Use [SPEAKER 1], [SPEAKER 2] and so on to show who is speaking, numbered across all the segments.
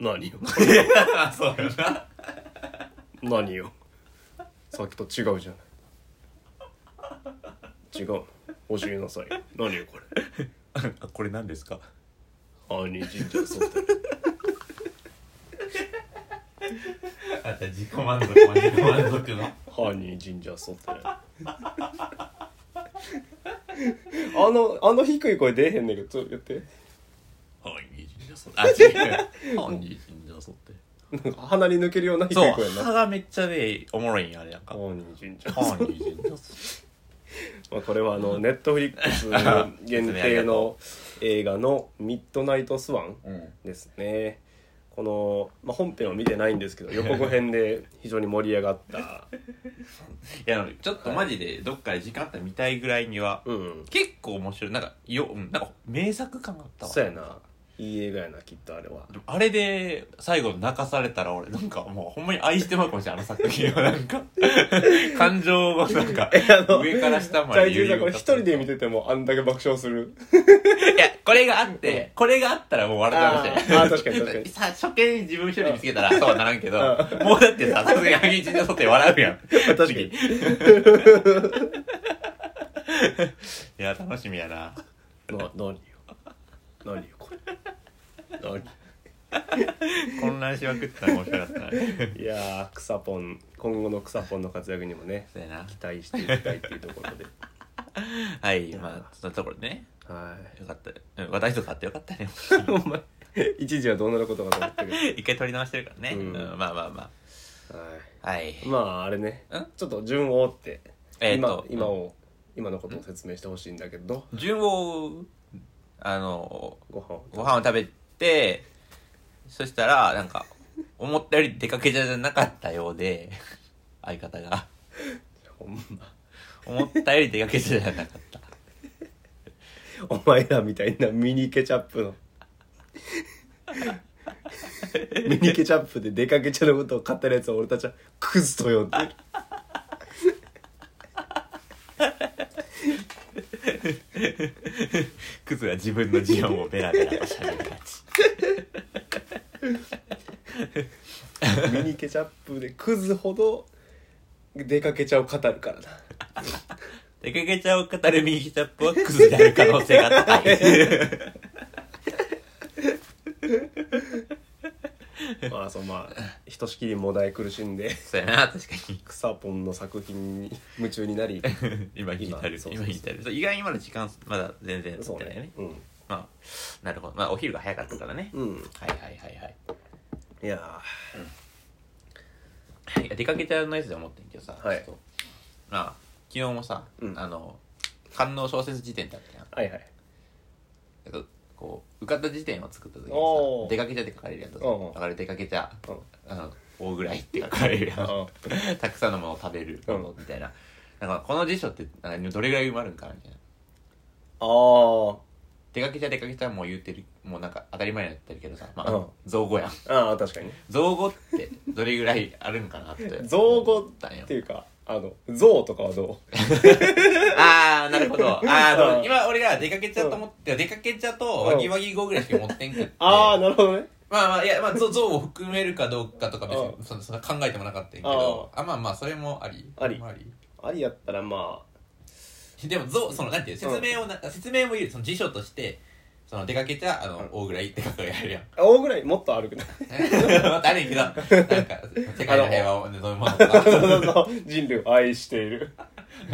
[SPEAKER 1] 何 よ
[SPEAKER 2] そうやな
[SPEAKER 1] 何よさっきと違うじゃない違う教えなさい何よこれ
[SPEAKER 2] あこれ何ですか
[SPEAKER 1] 兄神社そうだよ
[SPEAKER 2] あんた自己満足も自己満足の
[SPEAKER 1] ハニー神社そってあのあの低い声出えへんねんけどちょっとやって
[SPEAKER 2] ハニー神社そってあ違うハニー神社そって
[SPEAKER 1] なんか鼻に抜けるような低い
[SPEAKER 2] そ
[SPEAKER 1] 声
[SPEAKER 2] う
[SPEAKER 1] やな
[SPEAKER 2] 歯がめっちゃねおもろいんやあれやんか
[SPEAKER 1] ハ
[SPEAKER 2] ハ
[SPEAKER 1] ニー神社
[SPEAKER 2] ニー神社そって
[SPEAKER 1] まあこれはあ のネットフリックス限定の映画の「ミッドナイトスワン
[SPEAKER 2] うん」
[SPEAKER 1] ですねこの、まあ、本編を見てないんです けど予告編で非常に盛り上がった
[SPEAKER 2] いやちょっとマジでどっかで時間あったら見たいぐらいには、
[SPEAKER 1] うん
[SPEAKER 2] 結構面白いなんかよ、うん、なんか名作感があったわ
[SPEAKER 1] そうやないい映画やなきっとあれは
[SPEAKER 2] でもあれで最後泣かされたら俺なんかもうほんまに愛してまうかもしれないあの作品はな んか感情をなんか
[SPEAKER 1] の
[SPEAKER 2] 上から下まで
[SPEAKER 1] 大中さんこれ一人で見ててもあんだけ爆笑する
[SPEAKER 2] いやこれがあってこれがあったらもう笑ってました
[SPEAKER 1] あーあー確かに確かに
[SPEAKER 2] さ初見自分一人見つけたらそうはならんけどもうだってささすがに萩一でって笑 うやん
[SPEAKER 1] 確かに
[SPEAKER 2] 次いや楽しみやな
[SPEAKER 1] な何よ何よこれ何
[SPEAKER 2] 混乱しまくってたら面白かったな
[SPEAKER 1] いやー草ポン今後の草ポンの活躍にもね
[SPEAKER 2] そうやな
[SPEAKER 1] 期待していきたいっていうとこ ろで
[SPEAKER 2] はいまあそのところでね
[SPEAKER 1] は
[SPEAKER 2] よかったうん話題とかあってよかったね
[SPEAKER 1] いお前一時はどうなることかと思ったけど
[SPEAKER 2] 一回撮り直してるからね、
[SPEAKER 1] う
[SPEAKER 2] うんんまあまあま
[SPEAKER 1] は
[SPEAKER 2] あはい
[SPEAKER 1] いまああれね
[SPEAKER 2] ん
[SPEAKER 1] ちょっと順を追って、
[SPEAKER 2] えーと
[SPEAKER 1] 今今を、今のことを説明してほしいんだけど
[SPEAKER 2] 順をあの
[SPEAKER 1] ご飯を
[SPEAKER 2] ご飯を食べてそしたらなんか思ったより出かけじゃなかったようで相方が
[SPEAKER 1] ほんま
[SPEAKER 2] 思ったより出かけじゃなかった
[SPEAKER 1] お前らみたいなミニケチャップのミニケチャップで出かけちゃうことを語るやつを俺たちはクズと呼んでる
[SPEAKER 2] クズが自分の字音をベラベラとしゃべりがち
[SPEAKER 1] ミニケチャップでクズほど出かけちゃう語るからな
[SPEAKER 2] 出かけちゃう語るミニキャップはクズである可能性が高 い
[SPEAKER 1] まあそうまあひとしきりもだえ苦しんで
[SPEAKER 2] そうやな確かに
[SPEAKER 1] 草ポンの作品に夢中になり
[SPEAKER 2] 今ギターる
[SPEAKER 1] そうそうそう
[SPEAKER 2] 今ギターるそう意外にまだ時間まだ全然経
[SPEAKER 1] そ
[SPEAKER 2] っ
[SPEAKER 1] う
[SPEAKER 2] てないよ
[SPEAKER 1] ね
[SPEAKER 2] ね
[SPEAKER 1] うん
[SPEAKER 2] まあなるほどまあお昼が早かったからね、
[SPEAKER 1] うん
[SPEAKER 2] はいはいはいはい
[SPEAKER 1] いや
[SPEAKER 2] いや出かけちゃうのやつで思ってんけどさ、
[SPEAKER 1] はい
[SPEAKER 2] ちょっとまあ昨日もさ、
[SPEAKER 1] うん
[SPEAKER 2] あの観音小説辞典だったやん
[SPEAKER 1] ーはいはい
[SPEAKER 2] だからこう受かった辞典を作った時にさ
[SPEAKER 1] おー
[SPEAKER 2] 出かけちゃって書かれるやつだ
[SPEAKER 1] うんうん
[SPEAKER 2] から出かけちゃ
[SPEAKER 1] うん
[SPEAKER 2] あの大ぐらいって書かれるや
[SPEAKER 1] うん
[SPEAKER 2] んたくさんのものを食べるものみたいな、なんかこの辞書ってなんかどれぐらい埋まるんかなみたいな
[SPEAKER 1] あー
[SPEAKER 2] 出かけちゃ出かけちゃもう言ってるもうなんか当たり前になってるけどさ、まあ
[SPEAKER 1] うん
[SPEAKER 2] 造語やん
[SPEAKER 1] あー確かにね
[SPEAKER 2] 造語ってどれぐらいあるんかなって
[SPEAKER 1] 造語
[SPEAKER 2] 思ったんよ
[SPEAKER 1] っていうかあの象とかはど
[SPEAKER 2] ああ、なるほど。ああ、で
[SPEAKER 1] うん
[SPEAKER 2] も今俺が出かけちゃうと思って、出かけちゃうと、わぎわぎ語ぐらいしか持ってんくって。
[SPEAKER 1] うああなるほどね
[SPEAKER 2] まあまあ、いや、まあ、ゾゾウを含めるかどうかとか別
[SPEAKER 1] う
[SPEAKER 2] にそんなそんな考えてもなかったんやけど、あまあまあ、それもあり。
[SPEAKER 1] あり
[SPEAKER 2] ま
[SPEAKER 1] ありやったらま
[SPEAKER 2] でも、ゾウ、その、なんていう、説明をな、説明も言う、その辞書として、その出かけちゃ、あの、大ぐらいって書かれるや ん。
[SPEAKER 1] あ大ぐらいもっと歩くな
[SPEAKER 2] あるんやけど、なんか、世界の平和を望むものとか。
[SPEAKER 1] そうそうそう人類を愛している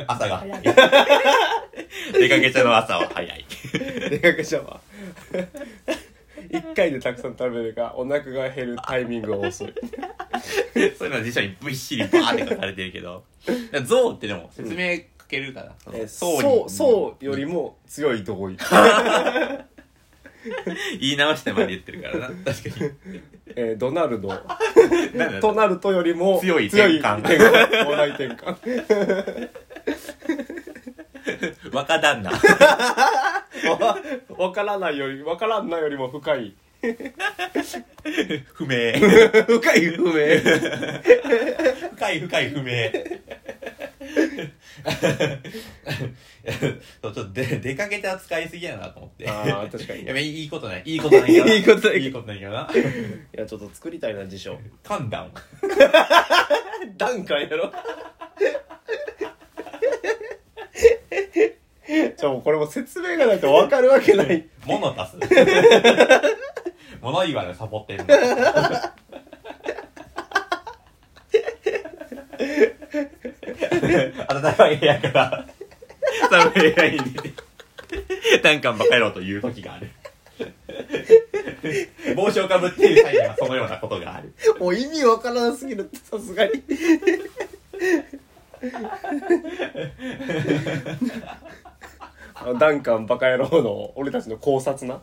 [SPEAKER 2] 朝 が早い。出かけちゃうの朝は早い。
[SPEAKER 1] 出かけちゃうわ 一回でたくさん食べるがお腹が減るタイミングが遅い
[SPEAKER 2] そういうのは辞書にびっしりバーって書かれてるけど。象ってでも説明かけるから。
[SPEAKER 1] そ
[SPEAKER 2] その
[SPEAKER 1] う
[SPEAKER 2] に
[SPEAKER 1] そうよりも強い同意
[SPEAKER 2] 言い直してまで言ってるからな。確か
[SPEAKER 1] えードナルド
[SPEAKER 2] に。なんだ
[SPEAKER 1] となるとよりも
[SPEAKER 2] 強い
[SPEAKER 1] 強い
[SPEAKER 2] 転
[SPEAKER 1] 転
[SPEAKER 2] 換
[SPEAKER 1] 換 お題転換
[SPEAKER 2] 若 旦那。
[SPEAKER 1] わわからないよりわからんないよりも深 い
[SPEAKER 2] 不明。
[SPEAKER 1] 深い不明
[SPEAKER 2] 深い深い不明。 そうちょっとで出かけて扱いすぎやなと思って
[SPEAKER 1] あー確かに
[SPEAKER 2] いやいいことないいいことないけ ど
[SPEAKER 1] いいことない
[SPEAKER 2] いいことないけどない
[SPEAKER 1] やちょっと作りたいな辞 書
[SPEAKER 2] 噛んだん
[SPEAKER 1] 段階や ろじゃあもうこれも説明がないと分かるわけない
[SPEAKER 2] 物足す物言われサボってるのあなたは嫌やから寒い部屋に出て短観ばかやろうという時がある帽子をかぶっている際にはそのようなことがある
[SPEAKER 1] もう意味わからなすぎるってさすがにあの ダンカンバカ野郎の俺たちの考察 な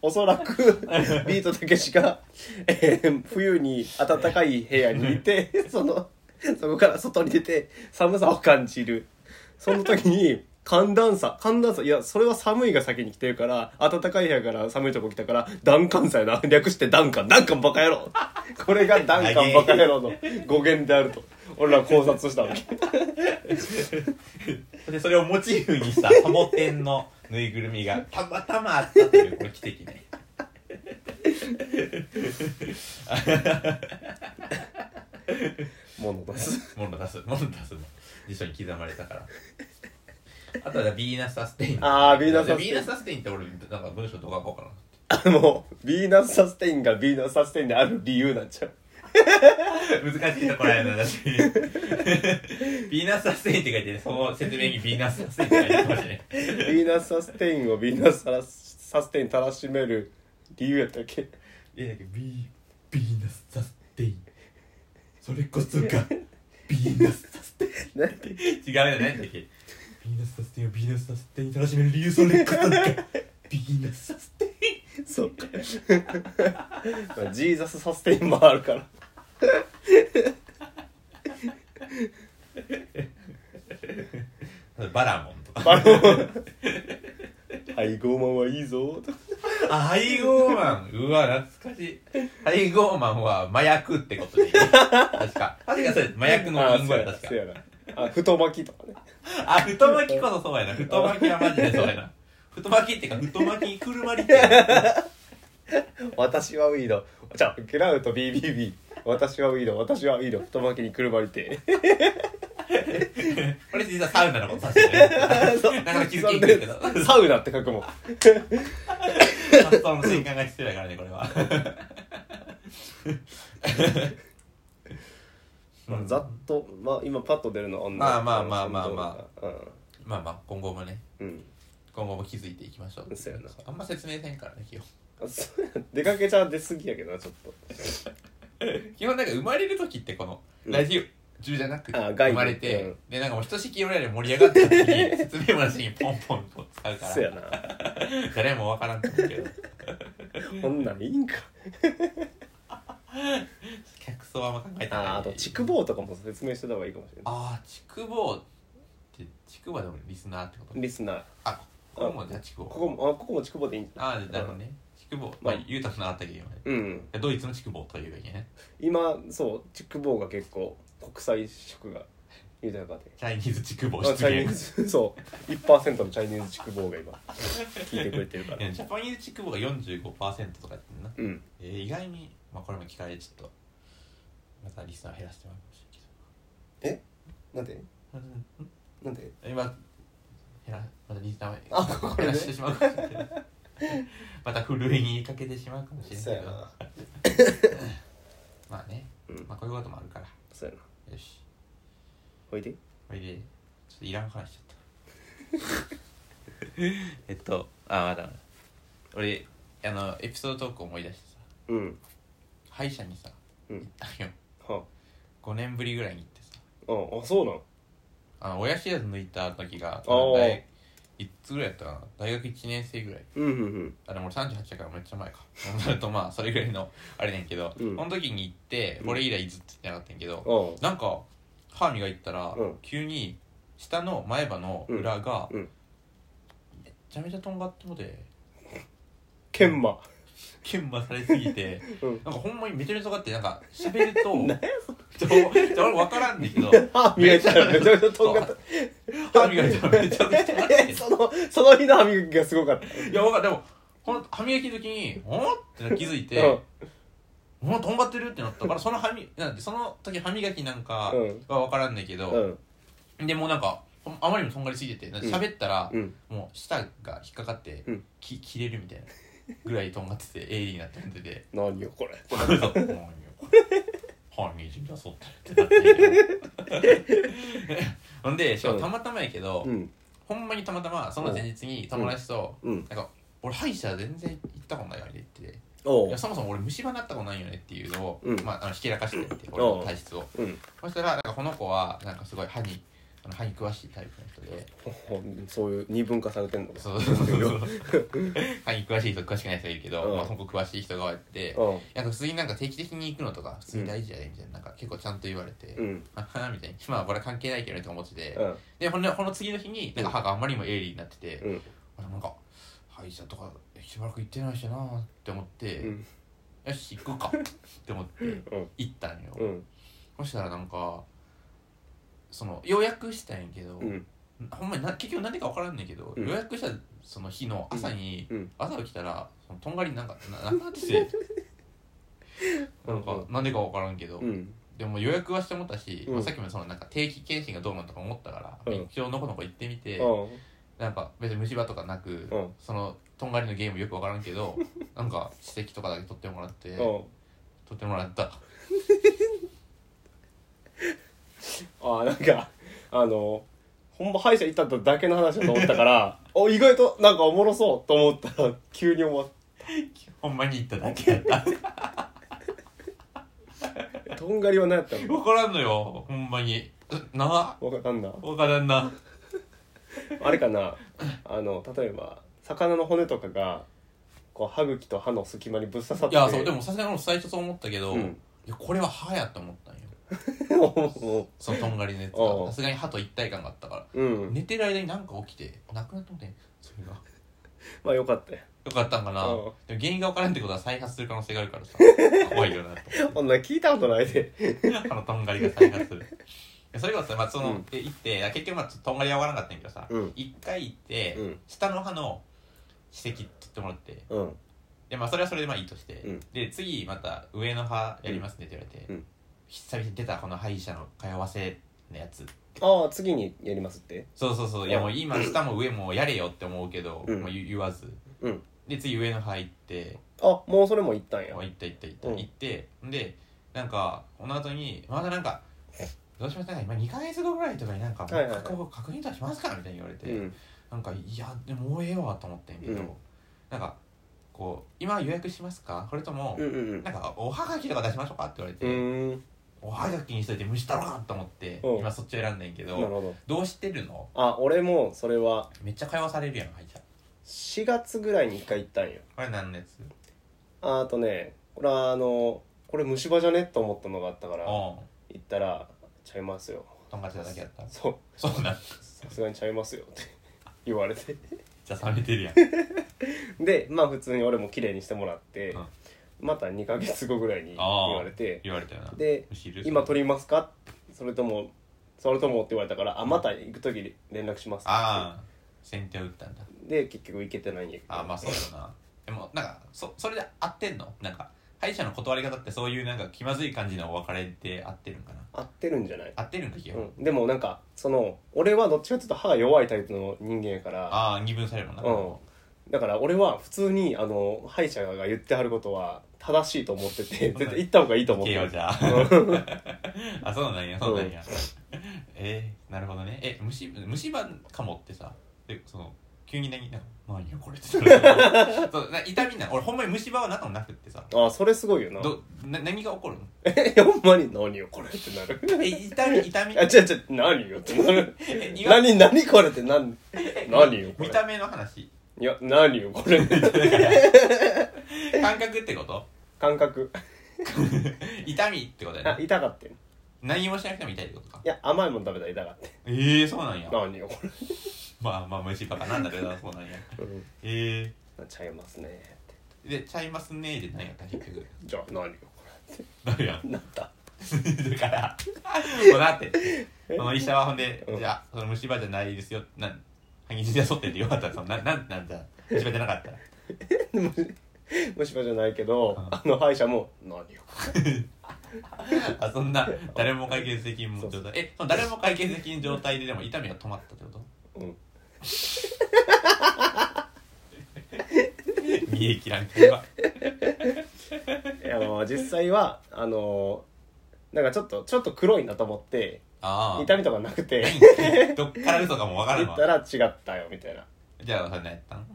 [SPEAKER 1] おそら くビートたけしが、えー冬に暖かい部屋にい てそのそこから外に出て寒さを感じるその時に寒暖差寒暖差いやそれは寒いが先に来てるから暖かい部屋から寒いとこ来たから暖寒差やな略して暖寒暖寒バカ野郎これが暖寒バカ野郎の語源であると俺ら考察したわけ
[SPEAKER 2] でそれをモチーフにしたサボテンのぬいぐるみがたまたまあったというこの奇跡ね
[SPEAKER 1] ものです
[SPEAKER 2] 物出す物出すの辞書に刻まれたからあとはビーナス・サステイン
[SPEAKER 1] あーヴィーナスサステイン
[SPEAKER 2] ヴィーナス・サステインって俺なんか文章どう書こうかな
[SPEAKER 1] もう、ヴィーナスサステインがヴィーナスサステインである理由なんちゃう。
[SPEAKER 2] 難しいところやなだしビーナス・サステインって書いてねその説明にビーナス・サステインって書いてましたね
[SPEAKER 1] ヴィーナスサステインをヴィーナスサステインたらしめる理由やったっけ
[SPEAKER 2] いやだけどビービーナス・サステインそれこそがビーナス・サステイン
[SPEAKER 1] なんて
[SPEAKER 2] 違うよねだっけビーナス・サステインをビーナス・サステインに楽しめる理由それこ そがビーナス・サステイン
[SPEAKER 1] そうか。まあジーザスサステインもあるから。
[SPEAKER 2] バラモンとか
[SPEAKER 1] あの、配合マンはいいぞ。
[SPEAKER 2] 配合マンうわ懐かしい配合マンは麻薬ってことでいい確か確かそれ麻薬の
[SPEAKER 1] あ
[SPEAKER 2] 文
[SPEAKER 1] ー、
[SPEAKER 2] 語
[SPEAKER 1] そうやな、そう
[SPEAKER 2] や確か
[SPEAKER 1] やな。あ、太巻きとかね。
[SPEAKER 2] あ太巻きこそそうやな太巻きはマジでそうやな太巻きってか太巻きにくるまりってや
[SPEAKER 1] 私はウィード。じゃあ、クラウと BBB。私はウィード、私はウィー ド、太巻きにくるまれて。
[SPEAKER 2] つこれ実はサウナのこと指して る
[SPEAKER 1] そ
[SPEAKER 2] なかなか気づきにくいけど
[SPEAKER 1] うサウナって書くもん。
[SPEAKER 2] 発想の瞬間が必要だからねこれは
[SPEAKER 1] まあざっと、まあ、今パッと出るのは女
[SPEAKER 2] まあまあまあまあま
[SPEAKER 1] あ
[SPEAKER 2] まあまあ今後もね
[SPEAKER 1] うん、
[SPEAKER 2] 今後も気づいていきましょう
[SPEAKER 1] そうやな
[SPEAKER 2] あんま説明せんからね基本
[SPEAKER 1] うん、そうや出かけちゃ出過ぎやけどなちょっと
[SPEAKER 2] 基本なんか生まれる時ってこの
[SPEAKER 1] うん
[SPEAKER 2] ラジオ中じゃなくて
[SPEAKER 1] あ外
[SPEAKER 2] 生
[SPEAKER 1] 部
[SPEAKER 2] まれて、
[SPEAKER 1] うん
[SPEAKER 2] でなんかもうひとしき俺らで盛り上がった時に説明もなしにポンポンポン使うか
[SPEAKER 1] そうや
[SPEAKER 2] ら
[SPEAKER 1] な
[SPEAKER 2] 誰もわからんと思うけど
[SPEAKER 1] こんなんいいんか
[SPEAKER 2] 客層はあんま考えてない
[SPEAKER 1] ああと畜坊とかも説明してた方がいいかもしれない
[SPEAKER 2] ああ畜坊って畜坊でもリスナーってこと
[SPEAKER 1] リスナー
[SPEAKER 2] あここもじゃあ畜坊
[SPEAKER 1] ここもあここも畜坊でいいんじゃない
[SPEAKER 2] ああなるほどね畜坊まあ言うたそのあったけど今ね
[SPEAKER 1] うん
[SPEAKER 2] ドイツの畜坊というわけね
[SPEAKER 1] 今そう畜坊が結構国際色が豊かで
[SPEAKER 2] チャイニーズ畜坊
[SPEAKER 1] あ
[SPEAKER 2] 出
[SPEAKER 1] チャイニ
[SPEAKER 2] 現
[SPEAKER 1] ーズ そう1%のチャイニーズ畜坊が今聞いてくれてるか
[SPEAKER 2] い
[SPEAKER 1] ら
[SPEAKER 2] やジャパニーズ畜坊が45%とかやってんな
[SPEAKER 1] うん
[SPEAKER 2] えー意外に、まあ、これも機会でちょっとまたリスナー減らしてもらい
[SPEAKER 1] な
[SPEAKER 2] まし
[SPEAKER 1] んで
[SPEAKER 2] たけ
[SPEAKER 1] なんで
[SPEAKER 2] ど今減らまたリスナー
[SPEAKER 1] あこれね
[SPEAKER 2] 減らしてしまうかもしれないまたふるいにかけてしまうかもしれない
[SPEAKER 1] そう
[SPEAKER 2] け
[SPEAKER 1] や
[SPEAKER 2] ど
[SPEAKER 1] な
[SPEAKER 2] まあね、
[SPEAKER 1] うん
[SPEAKER 2] まあ、こういうこともあるから
[SPEAKER 1] そうやな
[SPEAKER 2] よし
[SPEAKER 1] おいで
[SPEAKER 2] これでちょっといらん話しちゃった えっとあまだまだ俺あのエピソードトーク思い出してさ
[SPEAKER 1] うん
[SPEAKER 2] 歯医者にさ
[SPEAKER 1] う
[SPEAKER 2] 行っ
[SPEAKER 1] ん
[SPEAKER 2] たんよ
[SPEAKER 1] は
[SPEAKER 2] 5年ぶりぐらいに行ってさ
[SPEAKER 1] あああそうなん
[SPEAKER 2] あの親知らず抜いた時が
[SPEAKER 1] おー
[SPEAKER 2] 大いつぐらいやったかな大学1年生ぐらい
[SPEAKER 1] うんうん
[SPEAKER 2] あでも俺38だからめっちゃ前か そうなるとまあそれぐらいのあれねんけど、
[SPEAKER 1] うん
[SPEAKER 2] その時に行って
[SPEAKER 1] うん
[SPEAKER 2] これ以来ずっと行ってなかったんやけど、
[SPEAKER 1] うん
[SPEAKER 2] なんか歯磨いたら、
[SPEAKER 1] うん
[SPEAKER 2] 急に下の前歯の裏が、
[SPEAKER 1] うんうん
[SPEAKER 2] めっちゃめちゃとんがってもで
[SPEAKER 1] 研磨
[SPEAKER 2] 研磨されすぎて、
[SPEAKER 1] うん
[SPEAKER 2] なんかほんまにめちゃめちゃ尖ってなんか喋る とちょちょ俺分からんねんけど
[SPEAKER 1] 歯磨いたらめちゃめちゃ
[SPEAKER 2] そ
[SPEAKER 1] とん
[SPEAKER 2] う
[SPEAKER 1] がった
[SPEAKER 2] 歯磨いたらめちゃめちゃ尖って
[SPEAKER 1] えそのその日の歯磨きがすごかった
[SPEAKER 2] いや分かるでもこの歯磨きの時に「おっ?」って気づいて
[SPEAKER 1] うん
[SPEAKER 2] 「もうとんがってる?」ってなったからその歯みなんてその時歯磨きなんか
[SPEAKER 1] うん
[SPEAKER 2] は分からんねんけど、
[SPEAKER 1] うん
[SPEAKER 2] でもうなんかあまりにもとんがりすぎてなんか喋ったら、
[SPEAKER 1] うん
[SPEAKER 2] もう舌が引っかかって、
[SPEAKER 1] うん
[SPEAKER 2] き切れるみたいなぐらいとんがってて AD になっててて
[SPEAKER 1] 何よこれ
[SPEAKER 2] 「何よこれ犯人だぞ」ってなってほんでしかもたまたまやけど、
[SPEAKER 1] うん
[SPEAKER 2] ほんまにたまたまその前日に友達と、
[SPEAKER 1] うん
[SPEAKER 2] なんか俺歯医者全然行ったことないわねって言って
[SPEAKER 1] お
[SPEAKER 2] いうやそもそも俺虫歯になったことないよねっていうのを、
[SPEAKER 1] うん
[SPEAKER 2] まあ、あのひけらかしてって俺の体質を
[SPEAKER 1] うん
[SPEAKER 2] そしたらなんかこの子はなんかすごい歯にあの歯に詳しいタイプの人で
[SPEAKER 1] そういう二分化されてんの
[SPEAKER 2] そうそうそうそう歯に詳しい人詳しくない人いるけど、
[SPEAKER 1] うん
[SPEAKER 2] まあ、そこ詳しい人がいて
[SPEAKER 1] うん
[SPEAKER 2] なんか普通になんか定期的に行くのとか普通に大事やねみたいななんか結構ちゃんと言われて、
[SPEAKER 1] うん
[SPEAKER 2] あははみたいにまあこれは関係ないけどねと思ってて、
[SPEAKER 1] うん
[SPEAKER 2] でほんでこの次の日になんか歯があんまりにも鋭利になってて、
[SPEAKER 1] うん
[SPEAKER 2] あなんか歯医者とかしばらく行ってないしなって思って、
[SPEAKER 1] うん
[SPEAKER 2] よし行く かって思って
[SPEAKER 1] うん
[SPEAKER 2] 行ったんよ、
[SPEAKER 1] うん
[SPEAKER 2] そしたらなんかその予約したんやけど、
[SPEAKER 1] うん
[SPEAKER 2] ほんまにな結局何でか分からんねんけど、
[SPEAKER 1] うん
[SPEAKER 2] 予約したその日の朝に、
[SPEAKER 1] うんうん
[SPEAKER 2] 朝起きたらそのとんがりなんか ななくなっててなん
[SPEAKER 1] う
[SPEAKER 2] か
[SPEAKER 1] ん
[SPEAKER 2] なんでか分からんけど、
[SPEAKER 1] うん
[SPEAKER 2] でも予約はしてもったし、
[SPEAKER 1] うん
[SPEAKER 2] まあ、さっきもそのなんか定期検診がどうなんとか思ったから、
[SPEAKER 1] うん
[SPEAKER 2] 一応のこのこ行ってみて、
[SPEAKER 1] うん
[SPEAKER 2] なんか別に虫歯とかなく、
[SPEAKER 1] うん
[SPEAKER 2] そのとんがりのゲームよく分からんけ どなんか指摘とかだけ取ってもらって、
[SPEAKER 1] うん
[SPEAKER 2] 取ってもらった
[SPEAKER 1] あなんかあのほんま歯医者行ったとだけの話だと思ったから お意外となんかおもろそうと思ったら急に思っ
[SPEAKER 2] ほんまに行っただけ やった
[SPEAKER 1] たとんがりは何やったの
[SPEAKER 2] 分からんのよほんまにうな
[SPEAKER 1] 分かんな
[SPEAKER 2] 分から んな
[SPEAKER 1] あれかなあの例えば魚の骨とかがこう歯茎と歯の隙間にぶっ刺さっ
[SPEAKER 2] い
[SPEAKER 1] て
[SPEAKER 2] やそうでもさすがに俺最初そう思ったけど、
[SPEAKER 1] うん
[SPEAKER 2] いやこれは歯やと思ったんよ
[SPEAKER 1] も
[SPEAKER 2] そのとんがりのやつ
[SPEAKER 1] おうお
[SPEAKER 2] が
[SPEAKER 1] う
[SPEAKER 2] さすがに歯と一体感があったから、
[SPEAKER 1] ううん
[SPEAKER 2] 寝てる間になんか起きてなくなったもんねそれが
[SPEAKER 1] まあよかったよ
[SPEAKER 2] よかったんかな、
[SPEAKER 1] おう
[SPEAKER 2] でも原因が分からんってことは再発する可能性があるから さ怖いよなと
[SPEAKER 1] こんなん聞いたことないで
[SPEAKER 2] あのとんがりが再発するでそれこそ、まあ、その、
[SPEAKER 1] うん
[SPEAKER 2] で行って結局まあちょっととんがりは分からなかったんやけどさ、
[SPEAKER 1] うん
[SPEAKER 2] 一回行って、
[SPEAKER 1] うん
[SPEAKER 2] 下の歯の歯石取ってもらって
[SPEAKER 1] うん
[SPEAKER 2] でまあそれはそれでまあいいとして、
[SPEAKER 1] うん
[SPEAKER 2] で次また上の歯やりますねって言われて、
[SPEAKER 1] うん
[SPEAKER 2] 久々に出たこの歯医者の通わせのやつ
[SPEAKER 1] ああ次にやりますって
[SPEAKER 2] そうそうそういやもう今下も上もやれよって思うけど、
[SPEAKER 1] うん
[SPEAKER 2] もう言言わず
[SPEAKER 1] うん
[SPEAKER 2] で次上の歯行って
[SPEAKER 1] あもうそれも行ったんや
[SPEAKER 2] あ行った行った行った、
[SPEAKER 1] うん
[SPEAKER 2] 行ってでなんかこの後にまたなんかどうしましたか今2ヶ月後ぐらいとかになんか
[SPEAKER 1] はいはいはい
[SPEAKER 2] 確保確認とかしますかみたいに言われて、
[SPEAKER 1] うん
[SPEAKER 2] なんかいやでももうええわと思ってんけど、
[SPEAKER 1] うん
[SPEAKER 2] なんかこう今予約しますかそれとも、
[SPEAKER 1] うんうん
[SPEAKER 2] なんかおはがきとか出しましょうかって言われ
[SPEAKER 1] う
[SPEAKER 2] て、
[SPEAKER 1] んう
[SPEAKER 2] おはがきにしといて無視だろうなと思って、
[SPEAKER 1] うん
[SPEAKER 2] 今そっちを選んだんやけ
[SPEAKER 1] ーんなるほ
[SPEAKER 2] ど
[SPEAKER 1] ど
[SPEAKER 2] どうしてるの
[SPEAKER 1] あ俺もそれは
[SPEAKER 2] めっちゃ会話されるやんはいじゃ
[SPEAKER 1] 4月ぐらいに1回行ったんよ
[SPEAKER 2] これ何のやつ
[SPEAKER 1] ああとねこれはあのこれ虫歯じゃねと思ったのがあったから行
[SPEAKER 2] お
[SPEAKER 1] ったら「ちゃいますよ
[SPEAKER 2] うんとんがってただけやった」
[SPEAKER 1] そう
[SPEAKER 2] そうなん
[SPEAKER 1] さすがにちゃいますよって 言われて
[SPEAKER 2] じゃあ冷めてるやん
[SPEAKER 1] でまあ普通に俺も綺麗にしてもらって、
[SPEAKER 2] うん
[SPEAKER 1] また2ヶ月後ぐらいに言われて
[SPEAKER 2] 言われたよな
[SPEAKER 1] で
[SPEAKER 2] 知る
[SPEAKER 1] 今取りますかそれともそれともって言われたからあまた行く時連絡します
[SPEAKER 2] ああ先手を打ったんだ
[SPEAKER 1] で結局行けてないんやけど
[SPEAKER 2] ああまあそうだなでもなんかそそれで合ってんのなんか歯医者の断り方ってそういうなんか気まずい感じのお別れって合ってるんかな
[SPEAKER 1] 合ってるんじゃない、
[SPEAKER 2] 合ってるんか基本、
[SPEAKER 1] うん、でもなんかその俺はどっちかっていうと歯が弱いタイプの人間やから
[SPEAKER 2] ああ二分されるもんな、
[SPEAKER 1] うんだから俺は普通にあの歯医者が言ってはることは正しいと思っ てて絶対行った方がいいと思
[SPEAKER 2] い
[SPEAKER 1] って
[SPEAKER 2] けよ
[SPEAKER 1] る
[SPEAKER 2] じゃあ あそうなんやそうなんや、 えー、なるほどねえ虫虫歯かもってさでその急に何なんか何やこれってそう な痛みなん俺ほんまに虫歯はなんかもなくってさ
[SPEAKER 1] あそれすごいよな
[SPEAKER 2] どな何が 起こるの
[SPEAKER 1] えほんまに何よこれってなる
[SPEAKER 2] え痛み痛み
[SPEAKER 1] あ違う違う何よってなる
[SPEAKER 2] え いわ
[SPEAKER 1] 何何これって何何よこれ
[SPEAKER 2] 見た目の話
[SPEAKER 1] いや何よこれ って
[SPEAKER 2] 感覚ってこと
[SPEAKER 1] 感覚
[SPEAKER 2] 痛みってことや
[SPEAKER 1] あ
[SPEAKER 2] な
[SPEAKER 1] 痛かったよい
[SPEAKER 2] 何もしなくても痛いってことか
[SPEAKER 1] や甘いもの食べたら痛かった
[SPEAKER 2] ええー、そうなんや
[SPEAKER 1] 何よこれ、
[SPEAKER 2] まあまあ虫歯かなんだけどそうなんや
[SPEAKER 1] うん
[SPEAKER 2] ええ
[SPEAKER 1] ちゃいますねって
[SPEAKER 2] で「ちゃいますね」で何やった結局
[SPEAKER 1] じゃあ何よこ
[SPEAKER 2] なるやん
[SPEAKER 1] れなった
[SPEAKER 2] だからもうだ ってその医者はほんで「
[SPEAKER 1] うん
[SPEAKER 2] じゃあその虫歯じゃないですよ」なん歯ぎしで剃っててよかったらそのななんなんだ虫歯じゃなかったら
[SPEAKER 1] 虫歯じゃないけど、
[SPEAKER 2] うん
[SPEAKER 1] あの歯医者も「何よ
[SPEAKER 2] あそんな誰も解決できん状
[SPEAKER 1] そう
[SPEAKER 2] 態えその誰も解決できん状態ででも痛みが止まったってこと
[SPEAKER 1] これ」うん
[SPEAKER 2] 見えきらんければ
[SPEAKER 1] いやあの実際はあのなんかちょっとちょっと黒いなと思って
[SPEAKER 2] ああ
[SPEAKER 1] 痛みとかなくて
[SPEAKER 2] どっから嘘かもわからん
[SPEAKER 1] 行った
[SPEAKER 2] わ
[SPEAKER 1] ら違ったよみたいな
[SPEAKER 2] じゃあそれ何やったん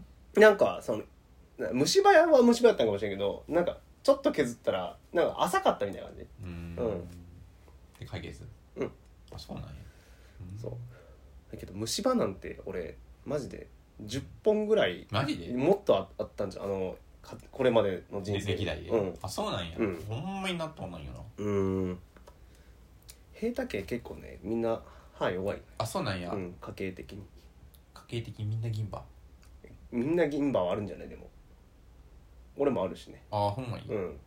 [SPEAKER 1] なんかそのな虫歯は虫歯だったんかもしれんけどなんかちょっと削ったらなんか浅かったみたいな感じ
[SPEAKER 2] うー
[SPEAKER 1] う
[SPEAKER 2] ん
[SPEAKER 1] ん
[SPEAKER 2] で解決
[SPEAKER 1] うん
[SPEAKER 2] あそうなんやん
[SPEAKER 1] そうだけど虫歯なんて俺マジで10本ぐらい
[SPEAKER 2] マジで
[SPEAKER 1] もっとああったんじゃんあのかこれまでの人生
[SPEAKER 2] 歴代で、
[SPEAKER 1] うん
[SPEAKER 2] あそうなんや、
[SPEAKER 1] うん
[SPEAKER 2] ほんまになったんないよな
[SPEAKER 1] うーん平太家結構ねみんな歯弱い、
[SPEAKER 2] あそうなんや、
[SPEAKER 1] うん、家系的に
[SPEAKER 2] 家計的にみんな銀歯
[SPEAKER 1] みんな銀歯はあるんじゃないでも俺もあるしね
[SPEAKER 2] あーほんまに、う
[SPEAKER 1] うん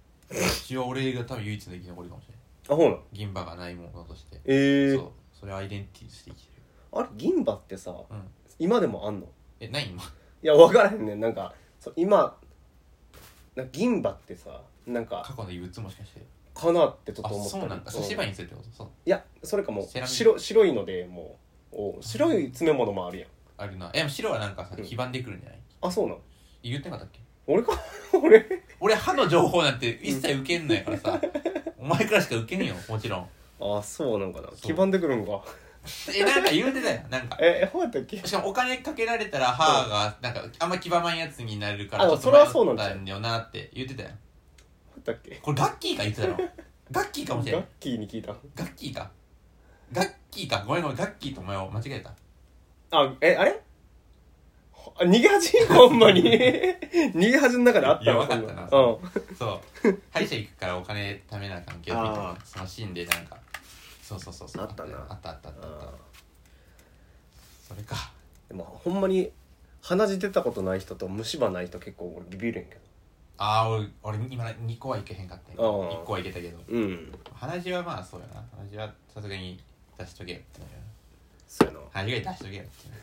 [SPEAKER 2] ちは俺が多分唯一の生き残りかもしれない
[SPEAKER 1] あほうなの
[SPEAKER 2] 銀歯がないものとして、
[SPEAKER 1] ええ
[SPEAKER 2] そうそれをアイデンティティとして生きてる
[SPEAKER 1] あれ銀歯ってさ
[SPEAKER 2] うん
[SPEAKER 1] 今でもあんの
[SPEAKER 2] えない今
[SPEAKER 1] いや分からへんねんなんかそう今なんか銀歯ってさなんか
[SPEAKER 2] 過去の憂鬱もしかして
[SPEAKER 1] かなってちょっ
[SPEAKER 2] あ
[SPEAKER 1] と思った
[SPEAKER 2] そうなんだそう芝
[SPEAKER 1] い
[SPEAKER 2] 居にするってことそう
[SPEAKER 1] やそれかも
[SPEAKER 2] セラ
[SPEAKER 1] う
[SPEAKER 2] ミ
[SPEAKER 1] 白白いのでもうお白い詰め物もあるやん
[SPEAKER 2] あるなえでも白はなんかさ
[SPEAKER 1] うん
[SPEAKER 2] 黄ばんでくるんじゃない、
[SPEAKER 1] あそうなの
[SPEAKER 2] 言ってなかったっけ
[SPEAKER 1] 俺か 俺
[SPEAKER 2] 俺歯の情報なんて一切受けんのやか らさ、お前からしか受けんよもちろん
[SPEAKER 1] あそうなんかな
[SPEAKER 2] う
[SPEAKER 1] 基盤でくるんか
[SPEAKER 2] えなんか言うてたよなんか
[SPEAKER 1] えほうやったっけ
[SPEAKER 2] しかもお金かけられたら歯がなんかあんま黄ばまんやつになれるか
[SPEAKER 1] あ
[SPEAKER 2] らちょっと
[SPEAKER 1] それはそうなんだ
[SPEAKER 2] 迷ったんだよなって言ってたよ
[SPEAKER 1] ほうやったっけ
[SPEAKER 2] これガッキーか言っ てたのガッキーかもしれ
[SPEAKER 1] ガ
[SPEAKER 2] な
[SPEAKER 1] ッ
[SPEAKER 2] い
[SPEAKER 1] キーに聞いた
[SPEAKER 2] ガッキーかガッキーかごめんごめんガッキーとお前を間違えた
[SPEAKER 1] あえあれあ逃げ恥ほんまに 逃げ恥の中であった
[SPEAKER 2] いや
[SPEAKER 1] わ
[SPEAKER 2] わかった
[SPEAKER 1] そん
[SPEAKER 2] な
[SPEAKER 1] うん
[SPEAKER 2] そう 歯医者行くからお金貯めなあかんけどみたいなそのシーンでなんかそうそうそうそう
[SPEAKER 1] あったな
[SPEAKER 2] あったあったあったあったそれか
[SPEAKER 1] でもほんまに鼻血出たことない人と虫歯ない人結構俺ビビるんやけ
[SPEAKER 2] ああ俺俺今2個はいけへんかったんや
[SPEAKER 1] あー
[SPEAKER 2] 1個はいけたけど
[SPEAKER 1] どうん
[SPEAKER 2] 鼻血はまあそうやな鼻血はさすがに出しとけよってなるよな
[SPEAKER 1] そうやな
[SPEAKER 2] 鼻血以外出しとけよってなる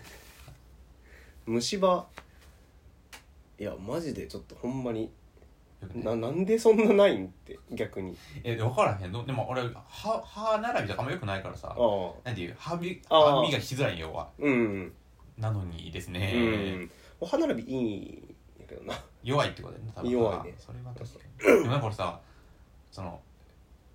[SPEAKER 1] 虫歯いやマジでちょっとほんまに
[SPEAKER 2] よくな
[SPEAKER 1] ないなんでそんなないんって逆に
[SPEAKER 2] え分からへんのでも俺歯歯並びとかあんまよくないからさ
[SPEAKER 1] ああ
[SPEAKER 2] なんていう歯み
[SPEAKER 1] あー
[SPEAKER 2] 歯磨きしづらいよは
[SPEAKER 1] うん、
[SPEAKER 2] なのにですね、
[SPEAKER 1] うんお歯並びいいんやけどな
[SPEAKER 2] 弱いってことだよね多分
[SPEAKER 1] 弱いね
[SPEAKER 2] それは確かにでもなんか俺さその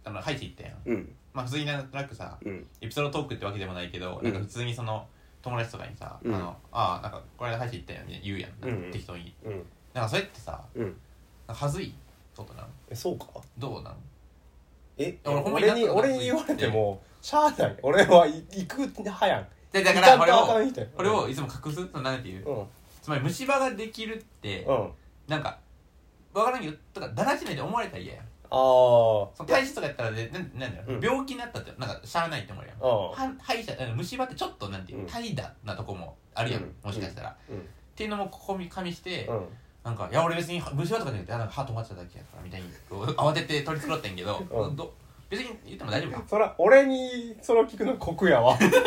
[SPEAKER 2] あの歯医者行ったやん
[SPEAKER 1] うん
[SPEAKER 2] まあ普通になんとなくさ
[SPEAKER 1] うん
[SPEAKER 2] エピソードトークってわけでもないけど、
[SPEAKER 1] うん
[SPEAKER 2] なんか普通にその友達とかにさ「
[SPEAKER 1] うん
[SPEAKER 2] あのあーなんかこれ間歯医者行ったよね」言うやんなんか
[SPEAKER 1] うん
[SPEAKER 2] 適当に
[SPEAKER 1] うん
[SPEAKER 2] なんかそれってさ
[SPEAKER 1] うん
[SPEAKER 2] なんか恥ずいことなの
[SPEAKER 1] えそうか
[SPEAKER 2] どうなの
[SPEAKER 1] え
[SPEAKER 2] 俺ほんまに
[SPEAKER 1] 俺に
[SPEAKER 2] なんか
[SPEAKER 1] 俺に言われてもしゃあない俺はい行く派やん
[SPEAKER 2] でだからこれ
[SPEAKER 1] 行かんとあか
[SPEAKER 2] を
[SPEAKER 1] ん人や
[SPEAKER 2] これをいつも隠すとなんていう
[SPEAKER 1] うん
[SPEAKER 2] つまり虫歯ができるって
[SPEAKER 1] うん
[SPEAKER 2] なんかわからんけどとかだらしないで思われたら嫌やん
[SPEAKER 1] ああ
[SPEAKER 2] その体質とかやったらねなんなんだろう、
[SPEAKER 1] うん
[SPEAKER 2] 病気になったってなんかしゃあないって思うやん
[SPEAKER 1] ああ
[SPEAKER 2] は歯医者あの虫歯ってちょっとなんていう、
[SPEAKER 1] うん
[SPEAKER 2] 怠惰なとこもあるやん、
[SPEAKER 1] うん
[SPEAKER 2] もしかしたら、
[SPEAKER 1] うん
[SPEAKER 2] っていうのもここみ加味して、
[SPEAKER 1] うん
[SPEAKER 2] なんか「いや俺別に歯虫歯とかじゃなくてあなんか歯止まってただけやから」みたいにこう慌てて取り繕ってんけど、
[SPEAKER 1] うん
[SPEAKER 2] ど別に言っても大丈夫か
[SPEAKER 1] そら俺にそれを聞くの酷 やわ
[SPEAKER 2] どうし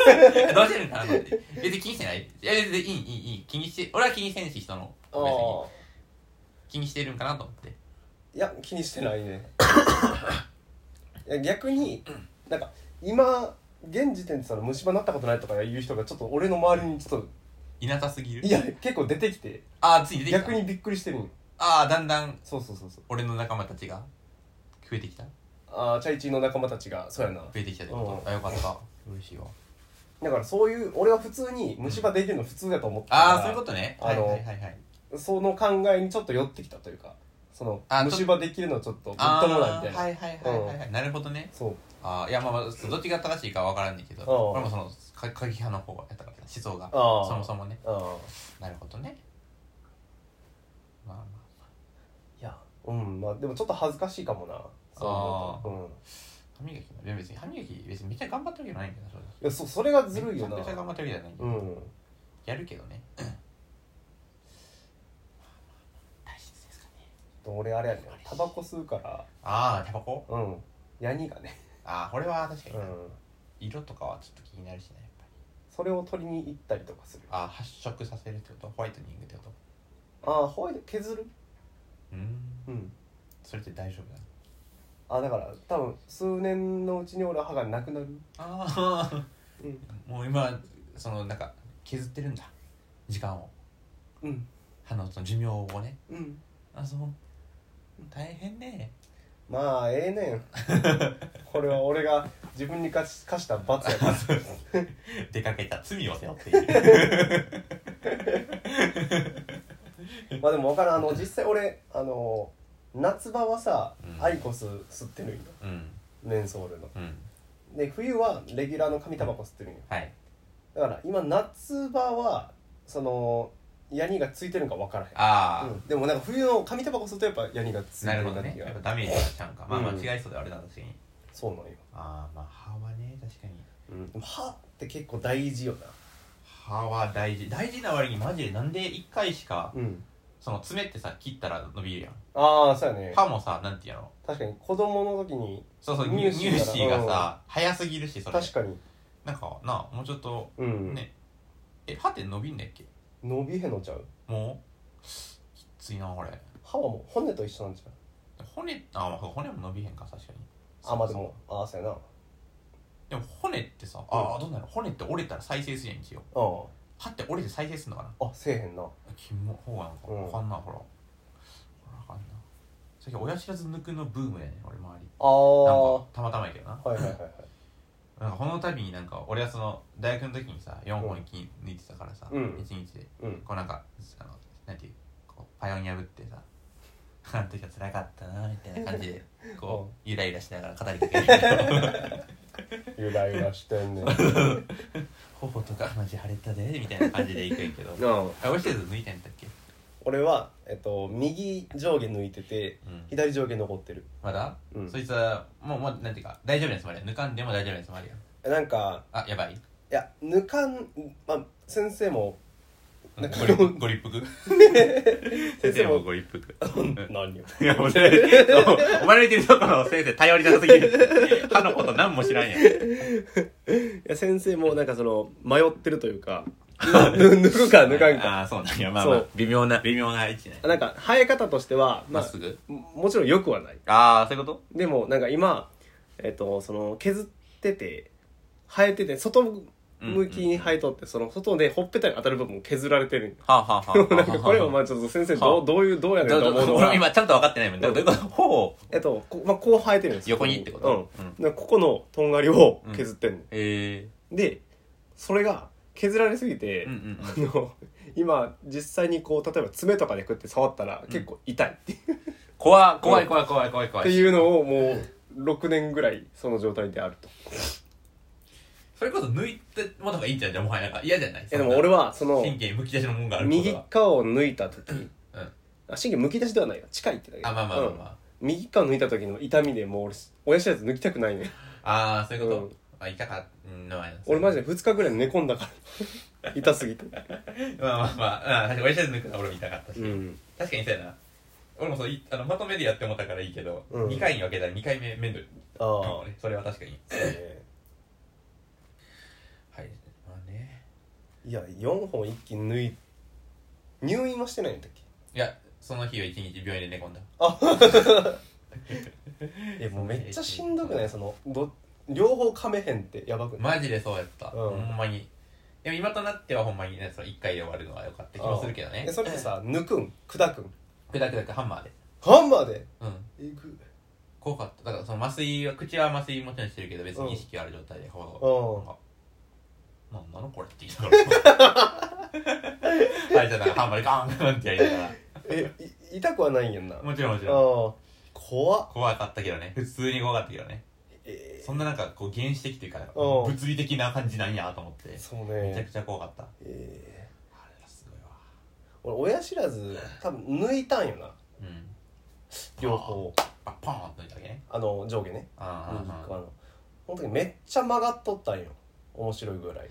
[SPEAKER 2] てるんかなと思って別に気にしてないいや別にいいいいいい気にして俺は気にせんし人の
[SPEAKER 1] あ
[SPEAKER 2] 別に
[SPEAKER 1] あ
[SPEAKER 2] 気にしてるんかなと思って
[SPEAKER 1] いや気にしてない ねいや逆になんか今現時点でその虫歯なったことないとかいう人がちょっと俺の周りにちょっ
[SPEAKER 2] いなさすぎ
[SPEAKER 1] と
[SPEAKER 2] る
[SPEAKER 1] いや結構出てきて
[SPEAKER 2] ああついに出てきた
[SPEAKER 1] 逆にびっくりしてるん
[SPEAKER 2] ああだんだん
[SPEAKER 1] そうそうそうそう
[SPEAKER 2] 俺の仲間たちが増えてきた増
[SPEAKER 1] ああチャイチーの仲間たちがそうやな
[SPEAKER 2] えてきたってこと、あよかった嬉しいわ
[SPEAKER 1] だからそういう俺は普通に虫歯できるの普通だと思ってたから
[SPEAKER 2] ああそういうことねはいはいはいはい
[SPEAKER 1] その考えにちょっと寄ってきたというかその
[SPEAKER 2] あ
[SPEAKER 1] 虫歯できるのちょっとみっと
[SPEAKER 2] あ
[SPEAKER 1] もないみたい
[SPEAKER 2] ー
[SPEAKER 1] な、
[SPEAKER 2] はいはいはいはいはいなるほどね
[SPEAKER 1] そう
[SPEAKER 2] ああいやまあまあどっちが正しいかわからんねんけど
[SPEAKER 1] うん
[SPEAKER 2] 俺もそのか過激派の方やったからさ思想が
[SPEAKER 1] あー
[SPEAKER 2] そもそもね
[SPEAKER 1] ああ
[SPEAKER 2] なるほどねまあまあ
[SPEAKER 1] いやうんまあでもちょっと恥ずかしいかもなそう思うとうん
[SPEAKER 2] 歯磨きもいや別に歯磨き別にめっちゃ頑張ってるわけじゃないんだな正
[SPEAKER 1] いやそそれが
[SPEAKER 2] 直
[SPEAKER 1] ずるいよな
[SPEAKER 2] めちゃくちゃ頑張ってるわけじゃないんだけ
[SPEAKER 1] う
[SPEAKER 2] ど
[SPEAKER 1] ん
[SPEAKER 2] やるけどね大事ですかね
[SPEAKER 1] と俺あれやねんタバコ吸うから
[SPEAKER 2] ああタバコ
[SPEAKER 1] うんヤニがね、
[SPEAKER 2] ああこれは確か
[SPEAKER 1] う
[SPEAKER 2] に、
[SPEAKER 1] ん、
[SPEAKER 2] 色とかはちょっと気になるしねやっぱり
[SPEAKER 1] それを取りに行ったりとかする
[SPEAKER 2] ああ発色させるってことホワイトニングってこと
[SPEAKER 1] ああホワイト削る
[SPEAKER 2] うーん
[SPEAKER 1] うん
[SPEAKER 2] それって大丈夫だ
[SPEAKER 1] あだから多分数年のうちに俺は歯がなくなる
[SPEAKER 2] ああ
[SPEAKER 1] うん
[SPEAKER 2] もう今そのなんか削ってるんだ時間を
[SPEAKER 1] うん
[SPEAKER 2] 歯のその寿命をね
[SPEAKER 1] うん
[SPEAKER 2] あそう大変ね
[SPEAKER 1] まあええ ねんこれは俺が自分に課し課した罰や から
[SPEAKER 2] 出かけた罪を背負ってい る
[SPEAKER 1] まあでも分からんあの実際俺あの夏場はさ、
[SPEAKER 2] うん
[SPEAKER 1] アイコス吸ってるんよ
[SPEAKER 2] うん
[SPEAKER 1] メンソールの
[SPEAKER 2] うん
[SPEAKER 1] で冬はレギュラーの紙タバコ吸ってるんよ
[SPEAKER 2] はい
[SPEAKER 1] だから今夏場はそのヤニがついてるんか分からへん
[SPEAKER 2] ああ、
[SPEAKER 1] うん、でもなんか冬の紙タバコ吸うとやっぱヤニがついて
[SPEAKER 2] なる
[SPEAKER 1] る
[SPEAKER 2] ほ
[SPEAKER 1] な
[SPEAKER 2] ど
[SPEAKER 1] って
[SPEAKER 2] ね
[SPEAKER 1] いう
[SPEAKER 2] やっぱダメージがちゃうんかまあまあ
[SPEAKER 1] うん
[SPEAKER 2] 違いそうではあれだ確かに、
[SPEAKER 1] そうなんよ、
[SPEAKER 2] ああまあ歯はね確かに
[SPEAKER 1] うん、でも歯って結構大事よ
[SPEAKER 2] 歯は大事大事な割にマジでなんで1回しか
[SPEAKER 1] なうん
[SPEAKER 2] その爪ってさ切ったら伸びるやん
[SPEAKER 1] ああそうやね
[SPEAKER 2] 歯もさなんていうの
[SPEAKER 1] 確かに子供の時に
[SPEAKER 2] そうそう
[SPEAKER 1] 乳
[SPEAKER 2] 乳
[SPEAKER 1] 歯
[SPEAKER 2] 歯
[SPEAKER 1] が
[SPEAKER 2] がさ早すぎるしそれ
[SPEAKER 1] 確かに
[SPEAKER 2] なんかなあもうちょっと
[SPEAKER 1] うん、
[SPEAKER 2] ねえ歯って伸びんだっけ
[SPEAKER 1] 伸びへんのちゃう
[SPEAKER 2] もうきついなこれ
[SPEAKER 1] 歯はもう骨と一緒なんちゃう
[SPEAKER 2] 骨あまあ骨も伸びへんか確かに
[SPEAKER 1] あまあでもああそうやな
[SPEAKER 2] でも骨ってさああどうなの骨って折れたら再生するやんけよ
[SPEAKER 1] うん
[SPEAKER 2] 歯って折れて再生するのかな
[SPEAKER 1] あせえへんな
[SPEAKER 2] キモほうなんか
[SPEAKER 1] うん
[SPEAKER 2] わかんなほらほらわかんな最近親知らず抜くのブームやね俺周り
[SPEAKER 1] ああ
[SPEAKER 2] なん
[SPEAKER 1] は
[SPEAKER 2] かたまたまやけどない
[SPEAKER 1] はいはいはい
[SPEAKER 2] なんかこの度になんか俺はその大学の時にさ4本に抜いてたからさ、
[SPEAKER 1] うん
[SPEAKER 2] 一1日で
[SPEAKER 1] うん
[SPEAKER 2] こうなんかあのなんていうこうパヨン破ってさ あの時は辛かったなみたいな感じ でこうゆらゆらしながら語りかける
[SPEAKER 1] ゆらゆらしてんねん
[SPEAKER 2] 頬とかマジ腫れたでみたいな感じでいくんやけど
[SPEAKER 1] うん
[SPEAKER 2] あ親知らず抜いたんやったっけ
[SPEAKER 1] 俺はえっと右上下抜いてて
[SPEAKER 2] うん
[SPEAKER 1] 左上下残ってる
[SPEAKER 2] まだ、
[SPEAKER 1] うん
[SPEAKER 2] そいつはもうもうなんていうか大丈夫なやつもあるやん抜かんでも大丈夫なやつもあるやん
[SPEAKER 1] なんか
[SPEAKER 2] あやばい
[SPEAKER 1] いや抜かんまあ先生も
[SPEAKER 2] う
[SPEAKER 1] なん
[SPEAKER 2] ん
[SPEAKER 1] か
[SPEAKER 2] ごりご立
[SPEAKER 1] 先
[SPEAKER 2] 腹
[SPEAKER 1] 生も
[SPEAKER 2] ご立腹
[SPEAKER 1] 何よ
[SPEAKER 2] いや、もうね、お前の言ってるとこの先生頼りなさすぎる。歯のこと何も知らんやん。
[SPEAKER 1] いや先生もなんかその迷ってるという か抜くか抜かんか
[SPEAKER 2] ああ、そうなんや。まあま
[SPEAKER 1] そ
[SPEAKER 2] あ
[SPEAKER 1] う、
[SPEAKER 2] 微妙な、微妙な位置ね。
[SPEAKER 1] なんか生え方としてはま
[SPEAKER 2] ま
[SPEAKER 1] あ
[SPEAKER 2] っすぐ
[SPEAKER 1] もちろん良くはない
[SPEAKER 2] ああ、そういうこと
[SPEAKER 1] でもなんか今えっとその削ってて生えてて外向きに生えとってその外でほっぺたに当たる部分も削られてるんよ
[SPEAKER 2] はあはあはあは あ。
[SPEAKER 1] なんかこれはま
[SPEAKER 2] は
[SPEAKER 1] あちょっと先生ど
[SPEAKER 2] は
[SPEAKER 1] うどういうどうや
[SPEAKER 2] あ
[SPEAKER 1] ねんと
[SPEAKER 2] ど
[SPEAKER 1] 思う
[SPEAKER 2] う
[SPEAKER 1] の
[SPEAKER 2] ぞ
[SPEAKER 1] は
[SPEAKER 2] 俺今ちゃんと分かってないもん。どういうこと頬を
[SPEAKER 1] えっとこ,、まあ、こう生えてるんです
[SPEAKER 2] 横にってこと
[SPEAKER 1] うん
[SPEAKER 2] うん
[SPEAKER 1] でここのとんがりを削ってんの、
[SPEAKER 2] え
[SPEAKER 1] でそれが削られすぎて、
[SPEAKER 2] え。うんうんうん。
[SPEAKER 1] あの今実際にこう例えば爪とかでこうやって触ったら結構痛いって,、
[SPEAKER 2] 怖い怖い怖い怖い怖い怖い。
[SPEAKER 1] いうのをもう6年ぐらいその状態であるとい
[SPEAKER 2] それこそ抜いてもとかいいんじゃん。じゃあもはやなんか嫌じゃない
[SPEAKER 1] やでも俺
[SPEAKER 2] は
[SPEAKER 1] はその
[SPEAKER 2] 神経むき出しのもんがあること
[SPEAKER 1] 右
[SPEAKER 2] が。
[SPEAKER 1] 側を抜いた時
[SPEAKER 2] うん。
[SPEAKER 1] あ神経むき出しではないよ近いってだけ
[SPEAKER 2] あ、まあまあまあ
[SPEAKER 1] うん
[SPEAKER 2] ま
[SPEAKER 1] 右側抜いた時の痛みでもう俺親知らず抜きたくないね
[SPEAKER 2] あ。ああ、そういうこ
[SPEAKER 1] うん
[SPEAKER 2] と。あ、痛かったのはやな。
[SPEAKER 1] 俺マジで2日ぐらい寝込んだから 痛すぎて
[SPEAKER 2] まあまあまあ、うん確かに親知らず抜くのは俺も痛かったし。
[SPEAKER 1] うん
[SPEAKER 2] 確かにそうやな俺もそういあのまとめでやってもったからいいけど、
[SPEAKER 1] うん
[SPEAKER 2] 二2回に分けたら2回目面倒い
[SPEAKER 1] ああ、
[SPEAKER 2] うんそれは確かに
[SPEAKER 1] え
[SPEAKER 2] はいまあね
[SPEAKER 1] ーいや4本一気に抜い入院はしてないんだっけ
[SPEAKER 2] いやその日は1日病院で寝込んだ
[SPEAKER 1] えもうめっちゃしんどくないそのど両方噛めへんってやばくない、
[SPEAKER 2] マジでそうやった、
[SPEAKER 1] うん
[SPEAKER 2] ほんまにでも今となってはほんまにねその1回で終わるのは良かった気もするけどね
[SPEAKER 1] えそれってさ抜くん砕くん
[SPEAKER 2] くだくだくハンマーで
[SPEAKER 1] ハンマーで
[SPEAKER 2] うん
[SPEAKER 1] えぐ
[SPEAKER 2] 怖かっただからその麻酔は口は麻酔もちろんしてるけど別に意識はある状態で
[SPEAKER 1] う
[SPEAKER 2] こうなん
[SPEAKER 1] ん
[SPEAKER 2] か「なんなのこれ」って言いなが らはいじゃ あなんかハンマーでガーンガーンってやりなが
[SPEAKER 1] えい痛くはないんやんな
[SPEAKER 2] ら
[SPEAKER 1] あ
[SPEAKER 2] もちろんもちろん
[SPEAKER 1] あ怖っ
[SPEAKER 2] 怖かったけどね普通に怖かったけどね
[SPEAKER 1] え
[SPEAKER 2] そんななんかこう原始的というか
[SPEAKER 1] うん
[SPEAKER 2] 物理的な感じなんやと思って
[SPEAKER 1] ー、そう
[SPEAKER 2] めちゃ
[SPEAKER 1] ね
[SPEAKER 2] くちゃ怖かったあ
[SPEAKER 1] えー
[SPEAKER 2] れはすごいわ
[SPEAKER 1] 俺親知らず多分抜いたんよな
[SPEAKER 2] うん
[SPEAKER 1] 両方
[SPEAKER 2] あパーンと抜いたわけね
[SPEAKER 1] あの上下ね
[SPEAKER 2] あ
[SPEAKER 1] 右
[SPEAKER 2] ーあーあ
[SPEAKER 1] 側のほんとにめっちゃ曲がっとったんよ面白いぐらい
[SPEAKER 2] ー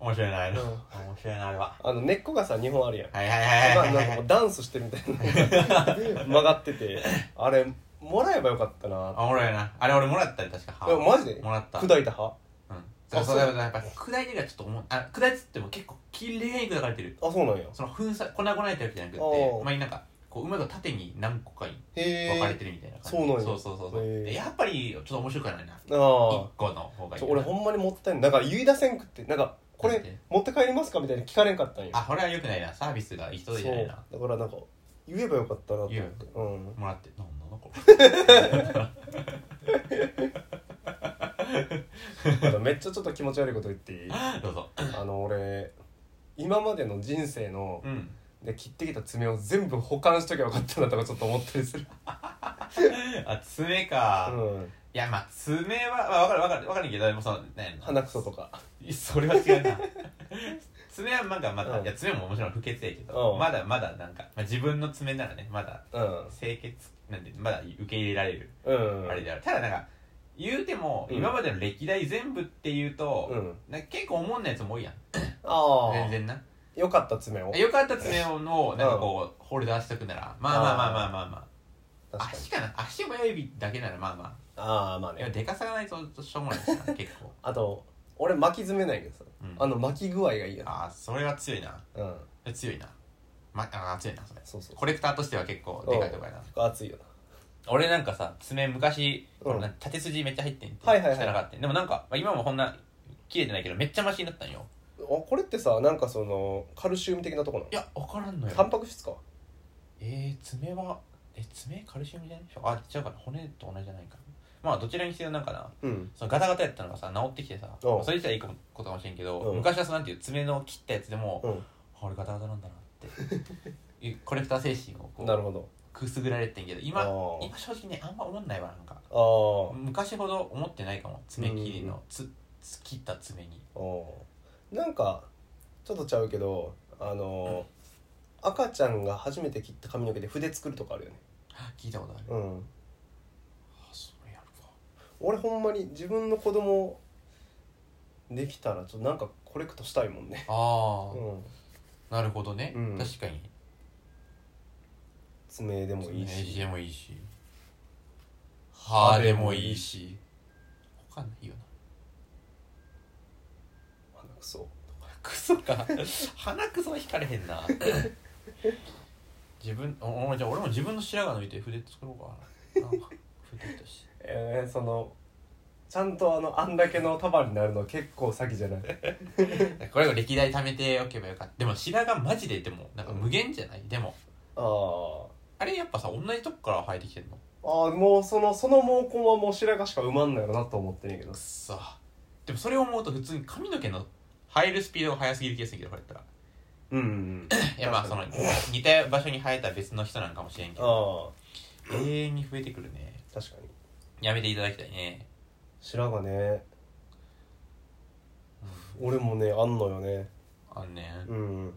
[SPEAKER 2] 面白いなあれ、
[SPEAKER 1] うん
[SPEAKER 2] 面白いなあれは
[SPEAKER 1] あの根っこがさ2本あるやん
[SPEAKER 2] はいはいはい
[SPEAKER 1] ま
[SPEAKER 2] は
[SPEAKER 1] あ
[SPEAKER 2] い
[SPEAKER 1] なんか
[SPEAKER 2] はいは
[SPEAKER 1] も
[SPEAKER 2] いう
[SPEAKER 1] ダンスしてるみたいな曲がっててあれもらえばよかったな
[SPEAKER 2] あおもろいなあれ俺もらったり確か
[SPEAKER 1] えマジで
[SPEAKER 2] もらった
[SPEAKER 1] 砕いた歯
[SPEAKER 2] うんだから
[SPEAKER 1] あそ
[SPEAKER 2] そううだからやっぱ砕いてるからちょっと重いあ砕いてっても結構綺麗に砕かれてる
[SPEAKER 1] あそうなんや
[SPEAKER 2] その粉砕粉々やってるわけじゃなくて
[SPEAKER 1] おう
[SPEAKER 2] まあなんかこううまく縦に何個かに分かれ
[SPEAKER 1] へえ
[SPEAKER 2] てるみたいな感じ、
[SPEAKER 1] そうなんや
[SPEAKER 2] そうそうそうそう
[SPEAKER 1] へー
[SPEAKER 2] でやっぱりちょっと面白くはないな
[SPEAKER 1] あ
[SPEAKER 2] 一
[SPEAKER 1] あ
[SPEAKER 2] 個の方がいい
[SPEAKER 1] ちょ俺ほんまにもったいないだから言い出せんくってなんかこ
[SPEAKER 2] なん
[SPEAKER 1] れ
[SPEAKER 2] で
[SPEAKER 1] 持って帰りますかみたいに聞かれんかったんよ
[SPEAKER 2] あこれはよくないなサービスがいい人
[SPEAKER 1] そう
[SPEAKER 2] じゃないな
[SPEAKER 1] だからなんか言えばよかったなと思って
[SPEAKER 2] 言
[SPEAKER 1] うん
[SPEAKER 2] もらってなんだなこ
[SPEAKER 1] あのめっちゃちょっと気持ち悪いこと言っていい
[SPEAKER 2] れどうぞ
[SPEAKER 1] あの俺今までの人生の
[SPEAKER 2] うん
[SPEAKER 1] で切ってきた爪を全部保管しときゃよかったなとかちょっと思ったりする
[SPEAKER 2] あ爪か、
[SPEAKER 1] う
[SPEAKER 2] い
[SPEAKER 1] ん
[SPEAKER 2] やまあ爪は、まあ、分かる分かる分かるけどでもそのね
[SPEAKER 1] 鼻くそとか
[SPEAKER 2] それは違うな 爪はなんかまだ、
[SPEAKER 1] うん
[SPEAKER 2] いや爪ももちろん不潔やけ
[SPEAKER 1] う
[SPEAKER 2] ど
[SPEAKER 1] ん
[SPEAKER 2] まだまだなんか、まあ、自分の爪ならねまだ
[SPEAKER 1] うん
[SPEAKER 2] 清潔なんでまだ受け入れられる
[SPEAKER 1] うん
[SPEAKER 2] あれである、ただなんか言うても、
[SPEAKER 1] うん
[SPEAKER 2] 今までの歴代全部っていうと、
[SPEAKER 1] うん
[SPEAKER 2] なんか結構思んないやつも多いやん
[SPEAKER 1] ああ
[SPEAKER 2] 全然な
[SPEAKER 1] よかった爪を
[SPEAKER 2] よかった爪をのなんかこう、ホルダーしとくならまあまあまあまあまあまあ
[SPEAKER 1] 確かに
[SPEAKER 2] 足かな足親指だけならまあま
[SPEAKER 1] ああまあ
[SPEAKER 2] あいや
[SPEAKER 1] ね
[SPEAKER 2] でかさがないとしょうもないしな結 構、
[SPEAKER 1] あと俺巻き爪ないけどさ
[SPEAKER 2] うん、
[SPEAKER 1] あの巻き具合がいいやん
[SPEAKER 2] あーそれは強いな
[SPEAKER 1] うん
[SPEAKER 2] 強いな、ま、あー強いなそれ
[SPEAKER 1] そうそう
[SPEAKER 2] コレクターとしては結構でかいとこやな
[SPEAKER 1] 熱いよな
[SPEAKER 2] 俺なんかさ爪昔
[SPEAKER 1] うん
[SPEAKER 2] このな縦筋めっちゃ入ってんて
[SPEAKER 1] はいはいはい
[SPEAKER 2] 汚かったでもなんか、まあ、今もこんな綺麗じゃないけどめっちゃマシになったんよ
[SPEAKER 1] あこれってさなんかそのカルシウム的なとこなの
[SPEAKER 2] いや分からんの
[SPEAKER 1] タン
[SPEAKER 2] よ
[SPEAKER 1] パク質か
[SPEAKER 2] えー、爪はえ爪カルシウムじゃないあ違うかな骨と同じじゃないかまあどちらにせよなんかな
[SPEAKER 1] うん
[SPEAKER 2] そのガタガタやったのがさ治ってきてさ
[SPEAKER 1] おう
[SPEAKER 2] それ自体いいことかもしれんけど、
[SPEAKER 1] うん
[SPEAKER 2] 昔はそうなんていう爪の切ったやつでも、
[SPEAKER 1] うん
[SPEAKER 2] あ俺ガタガタなんだなって いうコレクター精神をこ
[SPEAKER 1] なる
[SPEAKER 2] う
[SPEAKER 1] ほど
[SPEAKER 2] くすぐられてんけど
[SPEAKER 1] あ
[SPEAKER 2] 今
[SPEAKER 1] ー
[SPEAKER 2] 今正直ねあんま思んないわなんか
[SPEAKER 1] あー
[SPEAKER 2] 昔ほど思ってないかも爪切り
[SPEAKER 1] うん
[SPEAKER 2] のつつ切った爪に
[SPEAKER 1] あーなんかちょっとちゃうけどあのー赤ちゃんが初めて切った髪の毛で筆作るとかあるよね
[SPEAKER 2] あ聞いたことある、
[SPEAKER 1] うん
[SPEAKER 2] あそれやるか
[SPEAKER 1] 俺ほんまに自分の子供できたらちょっとなんかコレクトしたいもんねう
[SPEAKER 2] ああ、
[SPEAKER 1] ん
[SPEAKER 2] なるほどね、
[SPEAKER 1] うん
[SPEAKER 2] 確かに
[SPEAKER 1] 爪でもいい
[SPEAKER 2] 爪
[SPEAKER 1] し
[SPEAKER 2] でもいいし歯でもいいし他ないよな
[SPEAKER 1] 鼻くそ
[SPEAKER 2] クソか鼻くそは引かれへんな自分おおじゃあ俺も自分の白髪抜いて筆作ろうかななんか筆きたし
[SPEAKER 1] えー、そのちゃんとあのあんだけの束になるの結構先じゃない
[SPEAKER 2] これを歴代貯めておけばよかったでも白髪マジででもなんか無限じゃないでも
[SPEAKER 1] あー
[SPEAKER 2] あれやっぱさ同じとこから生えてきてんの
[SPEAKER 1] あーもうそのその毛根はもう白髪しか埋まんないよなと思ってんねんけど
[SPEAKER 2] くっそでもそれを思うと普通に髪の毛の生えるスピードが速すぎる気がするけどこれや ったら
[SPEAKER 1] うんうん
[SPEAKER 2] いやまあその似た場所に生えた別の人なんかもしれんけど
[SPEAKER 1] あ
[SPEAKER 2] 永遠に増えてくるね
[SPEAKER 1] あ確かに
[SPEAKER 2] やめていただきたいね
[SPEAKER 1] 白髪ね俺もねあんのよね
[SPEAKER 2] あんねん
[SPEAKER 1] うん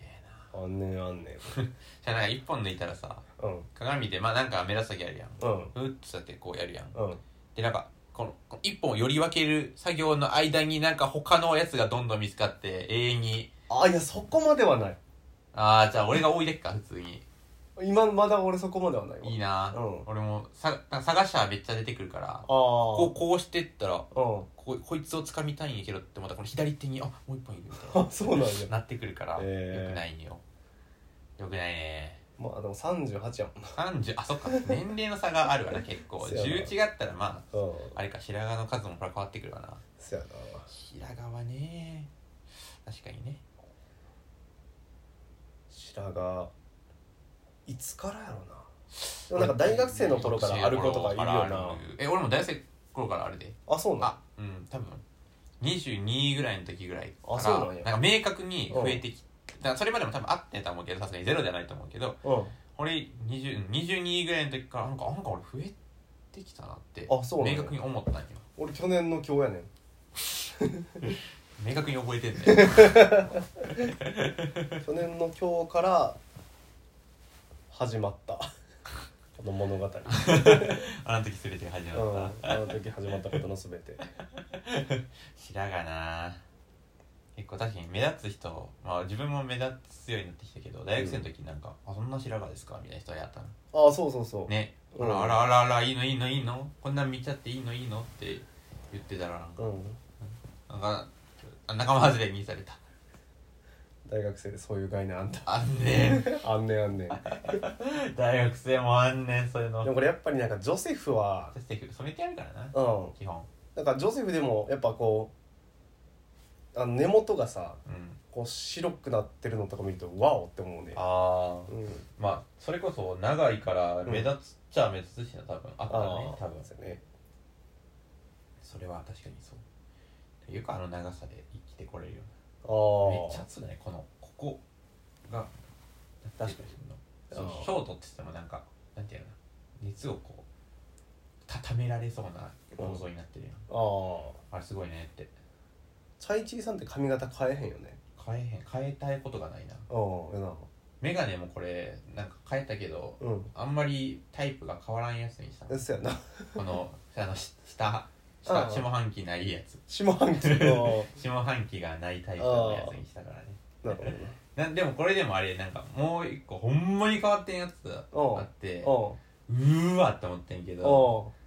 [SPEAKER 2] 嫌やな
[SPEAKER 1] あんねんあんねん
[SPEAKER 2] じゃあなんか一本抜いたらさ
[SPEAKER 1] うん
[SPEAKER 2] 鏡でまあなんか目指す時あるやん
[SPEAKER 1] うん
[SPEAKER 2] うっつってこうやるやん
[SPEAKER 1] うん
[SPEAKER 2] でなんかこのこの一本をより分ける作業の間になんか他のやつがどんどん見つかって永遠に
[SPEAKER 1] あいやそこまではない
[SPEAKER 2] ああじゃあ俺が多いだけか普通に
[SPEAKER 1] 今まだ俺そこまではないわ
[SPEAKER 2] いいな、
[SPEAKER 1] うん
[SPEAKER 2] 俺もさなんか探したらめっちゃ出てくるから
[SPEAKER 1] ああ
[SPEAKER 2] こうこうしてったら
[SPEAKER 1] うん
[SPEAKER 2] ここいつを掴みたいんやけどってまたこの左手にあもう一本いるみたい
[SPEAKER 1] あそうなんや
[SPEAKER 2] ななってくるから、
[SPEAKER 1] えー
[SPEAKER 2] よくないんよよくないね
[SPEAKER 1] まあでも38や
[SPEAKER 2] 30あそっか年齢の差があるわな結構
[SPEAKER 1] そうやな
[SPEAKER 2] 11があったらま
[SPEAKER 1] もんうん
[SPEAKER 2] ああれか白髪の数もこれ変わってくるわな
[SPEAKER 1] そやな
[SPEAKER 2] 白髪はね確かにね
[SPEAKER 1] 白髪いつからやろなでもなんか大学生の頃からあることがいるよ
[SPEAKER 2] 大学生の頃
[SPEAKER 1] な
[SPEAKER 2] からあるえ俺も大学生の頃からあるで
[SPEAKER 1] あそうなん
[SPEAKER 2] あうん多分22ぐらいの時ぐらいから
[SPEAKER 1] あそうなんや
[SPEAKER 2] なんか明確に増えてきだからそれまでも多分あってたと思うけどさすがにゼロじゃないと思うけど
[SPEAKER 1] うん
[SPEAKER 2] 俺20 22ぐらいの時からなんかなんか俺増えてきたなって
[SPEAKER 1] あそうなんや
[SPEAKER 2] 明確に思ったんよ
[SPEAKER 1] 俺去年の今日やね ん
[SPEAKER 2] 明確に覚えて んだよ
[SPEAKER 1] 去年の今日から始まった この 物語
[SPEAKER 2] あの時全てが始まった、
[SPEAKER 1] うんあの時始まったことの全て
[SPEAKER 2] 白髪な結構確かに目立つ人、まあ、自分も目立つようになってきたけど大学生の時なんか「あそんな白髪ですか?」みたいな人はやったの
[SPEAKER 1] ああそうそうそう、
[SPEAKER 2] ね
[SPEAKER 1] う
[SPEAKER 2] あ
[SPEAKER 1] ん
[SPEAKER 2] らあらあらあらいいのいいのいいのこんなん見ちゃっていいのいいのって言ってたらなんか
[SPEAKER 1] うん
[SPEAKER 2] なんかあ仲間外れにされた
[SPEAKER 1] 大学生でそういう概念あんた
[SPEAKER 2] あん ね
[SPEAKER 1] あんねんあんねんで
[SPEAKER 2] ん大学生もあんねんそういうの
[SPEAKER 1] もこれやっぱりなんかジョセフは
[SPEAKER 2] 私染めてやるからな
[SPEAKER 1] うん
[SPEAKER 2] 基本
[SPEAKER 1] なんかジョセフでもやっぱこうあの根元がさ
[SPEAKER 2] うん
[SPEAKER 1] こう白くなってるのとか見るとワオって思うね
[SPEAKER 2] ああ
[SPEAKER 1] うん
[SPEAKER 2] まあそれこそ長いから目立っちゃ目立つしな多分あったね
[SPEAKER 1] ーそ
[SPEAKER 2] 多分
[SPEAKER 1] うですよね
[SPEAKER 2] それは確かにそうっていうかあの長さで生きてこれるよ
[SPEAKER 1] あ
[SPEAKER 2] うなめっちゃ
[SPEAKER 1] あ
[SPEAKER 2] 熱いねこのここが
[SPEAKER 1] 確か
[SPEAKER 2] にそう
[SPEAKER 1] あー
[SPEAKER 2] ショートって言ってもなんかなんていうのかな熱をこうたためられそうな構造になってるよ、
[SPEAKER 1] ああ
[SPEAKER 2] あれすごいねって
[SPEAKER 1] チャイチーさんって髪型変えへんよね
[SPEAKER 2] 変えへん変えたいことがないな
[SPEAKER 1] うんよ
[SPEAKER 2] メガネもこれなんか変えたけど
[SPEAKER 1] なうん
[SPEAKER 2] あんまりタイプが変わらんやつにした
[SPEAKER 1] ですよな
[SPEAKER 2] このあのし下
[SPEAKER 1] あ
[SPEAKER 2] 下
[SPEAKER 1] あ
[SPEAKER 2] 下半期ないやつ
[SPEAKER 1] 下半期の
[SPEAKER 2] 下半期がないタイプのやつにしたからね
[SPEAKER 1] なるほどね
[SPEAKER 2] なんでもこれでもあれなんかもう一個ほんまに変わってんやつが
[SPEAKER 1] おう
[SPEAKER 2] あって
[SPEAKER 1] お
[SPEAKER 2] うーわって思ってんけ
[SPEAKER 1] う
[SPEAKER 2] ど
[SPEAKER 1] おう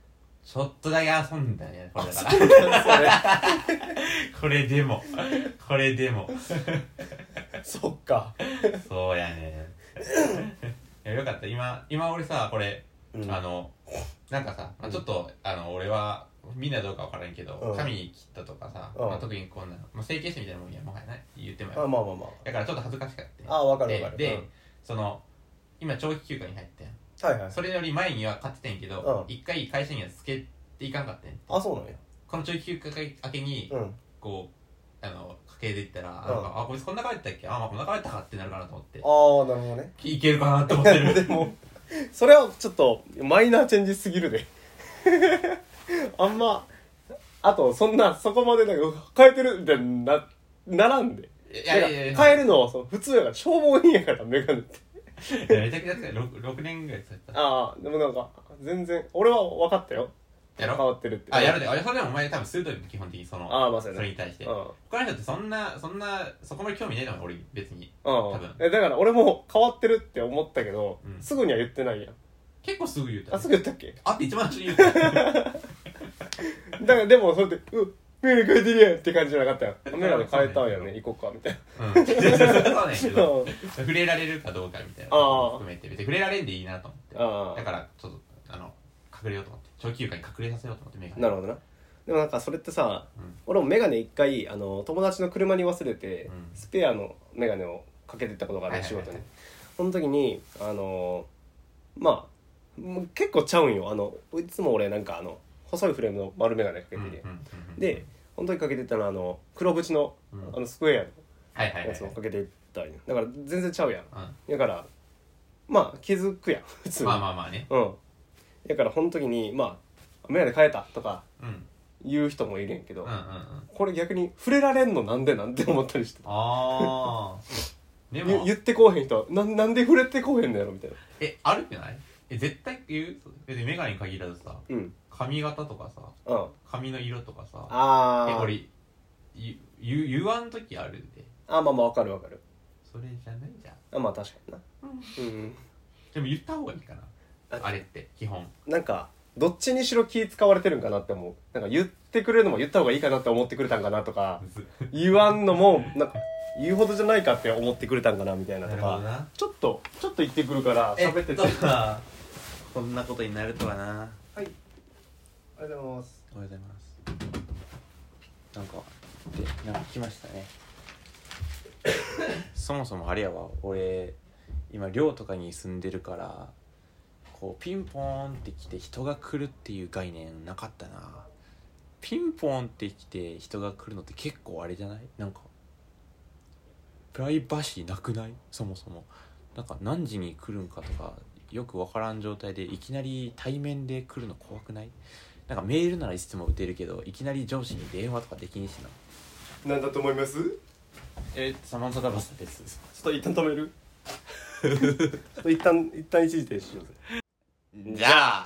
[SPEAKER 2] ちょっとだけ遊んだねこれだから これでもこれでも
[SPEAKER 1] そそっか、
[SPEAKER 2] そうやねいやよかった今今俺さこれ
[SPEAKER 1] うん、
[SPEAKER 2] あのなんかさ、まあ、ちょっと、あの俺はみんなどうか分からんけど、
[SPEAKER 1] うん
[SPEAKER 2] 髪切ったとかさ、
[SPEAKER 1] うん
[SPEAKER 2] まあ、特にこんな、まあ、整形師みたいなもんやもはやない言っても
[SPEAKER 1] あまあ
[SPEAKER 2] や
[SPEAKER 1] まあま
[SPEAKER 2] だからちょっと恥ずかしかった
[SPEAKER 1] ああわかるわかる
[SPEAKER 2] でで、
[SPEAKER 1] うん
[SPEAKER 2] その今長期休暇に入ってん
[SPEAKER 1] あはいはい
[SPEAKER 2] それより前には買ってたんやけど
[SPEAKER 1] うん
[SPEAKER 2] 一、回会社にはつけていかんかったん
[SPEAKER 1] あそうなんや
[SPEAKER 2] この長期休暇明けに、
[SPEAKER 1] うん
[SPEAKER 2] こうあの家計で行ったら、
[SPEAKER 1] う
[SPEAKER 2] なん
[SPEAKER 1] ん
[SPEAKER 2] かあこいつこんな帰ったっけあ、まあ、こんな帰ったかってなるかなと思って
[SPEAKER 1] ああなるほどね
[SPEAKER 2] いけるかなって思って る
[SPEAKER 1] でもそれはちょっとマイナーチェンジすぎるで あんまあとそんなそこまでなんか変えてるみたいになならんで
[SPEAKER 2] い
[SPEAKER 1] なん
[SPEAKER 2] や
[SPEAKER 1] か
[SPEAKER 2] いやいや
[SPEAKER 1] 変えるのはその普通やから消防員やからメガネって
[SPEAKER 2] いやめちゃくちゃ使う 6, 6年ぐらい使った
[SPEAKER 1] ああでもなんか全然俺は分かったよ
[SPEAKER 2] や
[SPEAKER 1] 変
[SPEAKER 2] ろ
[SPEAKER 1] わってるって
[SPEAKER 2] あ、やるで。あれ、それでもお前多分鋭いの基本的にその、
[SPEAKER 1] ああまあそうや
[SPEAKER 2] そ
[SPEAKER 1] な
[SPEAKER 2] れに対して。
[SPEAKER 1] うん
[SPEAKER 2] 他の人ってそんな、そんな、そこまで興味ないのよ、俺、別に。
[SPEAKER 1] う
[SPEAKER 2] 多
[SPEAKER 1] ん
[SPEAKER 2] 分、
[SPEAKER 1] えだから俺も変わってるって思ったけど、
[SPEAKER 2] うん
[SPEAKER 1] すぐには言ってないやん
[SPEAKER 2] 結構すぐ言うた。
[SPEAKER 1] あすぐ言ったっけ
[SPEAKER 2] あって一番初に言うた。
[SPEAKER 1] だからでもそれで「うメガネ変えてるやん」って感じじゃなかったよメガネ変えたんやね行こうかみたいな
[SPEAKER 2] うん。そうなんやけど、
[SPEAKER 1] うん
[SPEAKER 2] 触れられるかどうかみたい
[SPEAKER 1] あ
[SPEAKER 2] な
[SPEAKER 1] あ
[SPEAKER 2] のも含めて、別に触れられんでいいなと思って。
[SPEAKER 1] あ
[SPEAKER 2] だ
[SPEAKER 1] あ
[SPEAKER 2] から、ちょっと、あの、隠れようと思って。長期休暇に隠れさせようと思って、メガネ。
[SPEAKER 1] なるほどなでもなんかそれってさ、
[SPEAKER 2] うん
[SPEAKER 1] 俺もメガネ一回あの友達の車に忘れて、
[SPEAKER 2] うん
[SPEAKER 1] スペアのメガネをかけてったことがある、
[SPEAKER 2] はいはい
[SPEAKER 1] 仕
[SPEAKER 2] はい
[SPEAKER 1] 事にその時にあのまあもう結構ちゃうんよあのいつも俺なんかあの細いフレームの丸メガネかけ
[SPEAKER 2] うん
[SPEAKER 1] て
[SPEAKER 2] う
[SPEAKER 1] て、
[SPEAKER 2] んうんうん
[SPEAKER 1] で、その時かけてったのはあの黒縁の,、
[SPEAKER 2] うん
[SPEAKER 1] あのスクエ
[SPEAKER 2] はい
[SPEAKER 1] ア
[SPEAKER 2] はい
[SPEAKER 1] の
[SPEAKER 2] は
[SPEAKER 1] や
[SPEAKER 2] い。
[SPEAKER 1] つ
[SPEAKER 2] う
[SPEAKER 1] を
[SPEAKER 2] ん
[SPEAKER 1] かけてったんよだから全然ちゃうやん
[SPEAKER 2] ま
[SPEAKER 1] だからまあ気づくやん普通に
[SPEAKER 2] あまあまあね。
[SPEAKER 1] うんだからその時にまあメガネ変えたとか
[SPEAKER 2] うん。うん
[SPEAKER 1] 言う人もいるんやけど、
[SPEAKER 2] うんうん。あ
[SPEAKER 1] これ逆に触れられんのなんでなんて思ったりして
[SPEAKER 2] あー。で
[SPEAKER 1] ゆ
[SPEAKER 2] も、
[SPEAKER 1] 言ってこうへん人はなんなんで触れてこうへんのやろみたいな
[SPEAKER 2] え、あるくないえ、絶対言う別にメガネに限らずさ、
[SPEAKER 1] うん
[SPEAKER 2] 髪型とかさ、
[SPEAKER 1] うん
[SPEAKER 2] 髪の色とかさ
[SPEAKER 1] あ
[SPEAKER 2] え
[SPEAKER 1] ー
[SPEAKER 2] 俺ゆゆ言わん時あるんで
[SPEAKER 1] あまあまあわかるわかる
[SPEAKER 2] それじゃないじゃん
[SPEAKER 1] あまあ確かになうん
[SPEAKER 2] でも言った方がいいかな
[SPEAKER 1] あ
[SPEAKER 2] あれって基本
[SPEAKER 1] なんかどっちにしろ気使われてるんかなって思うなんか言ってくれるのも言った方がいいかなって思ってくれたんかなとか言わんのもなんか言うほどじゃないかって思ってくれたんかなみたいなとか
[SPEAKER 2] な
[SPEAKER 1] ちょっとちょっと言ってくるから喋ってて、
[SPEAKER 2] さ こんなことになるとはな
[SPEAKER 1] はい。ありがとうございます。
[SPEAKER 2] おはようございますなんかでなんか来ましたねそもそもあれやわ俺今寮とかに住んでるからこうピンポーンって来て人が来るっていう概念なかったなピンポーンって来て人が来るのって結構あれじゃないなんかプライバシーなくないそもそもなんか何時に来るんかとかよく分からん状態でいきなり対面で来るの怖くないなんかメールならいつでも打てるけどいきなり上司に電話とかできんしな
[SPEAKER 1] なんだと思います？ちょ
[SPEAKER 2] えサマンタダバスです
[SPEAKER 1] っと一旦止め る。ちょっと一旦一旦一時停止しようぜ。
[SPEAKER 2] じゃあ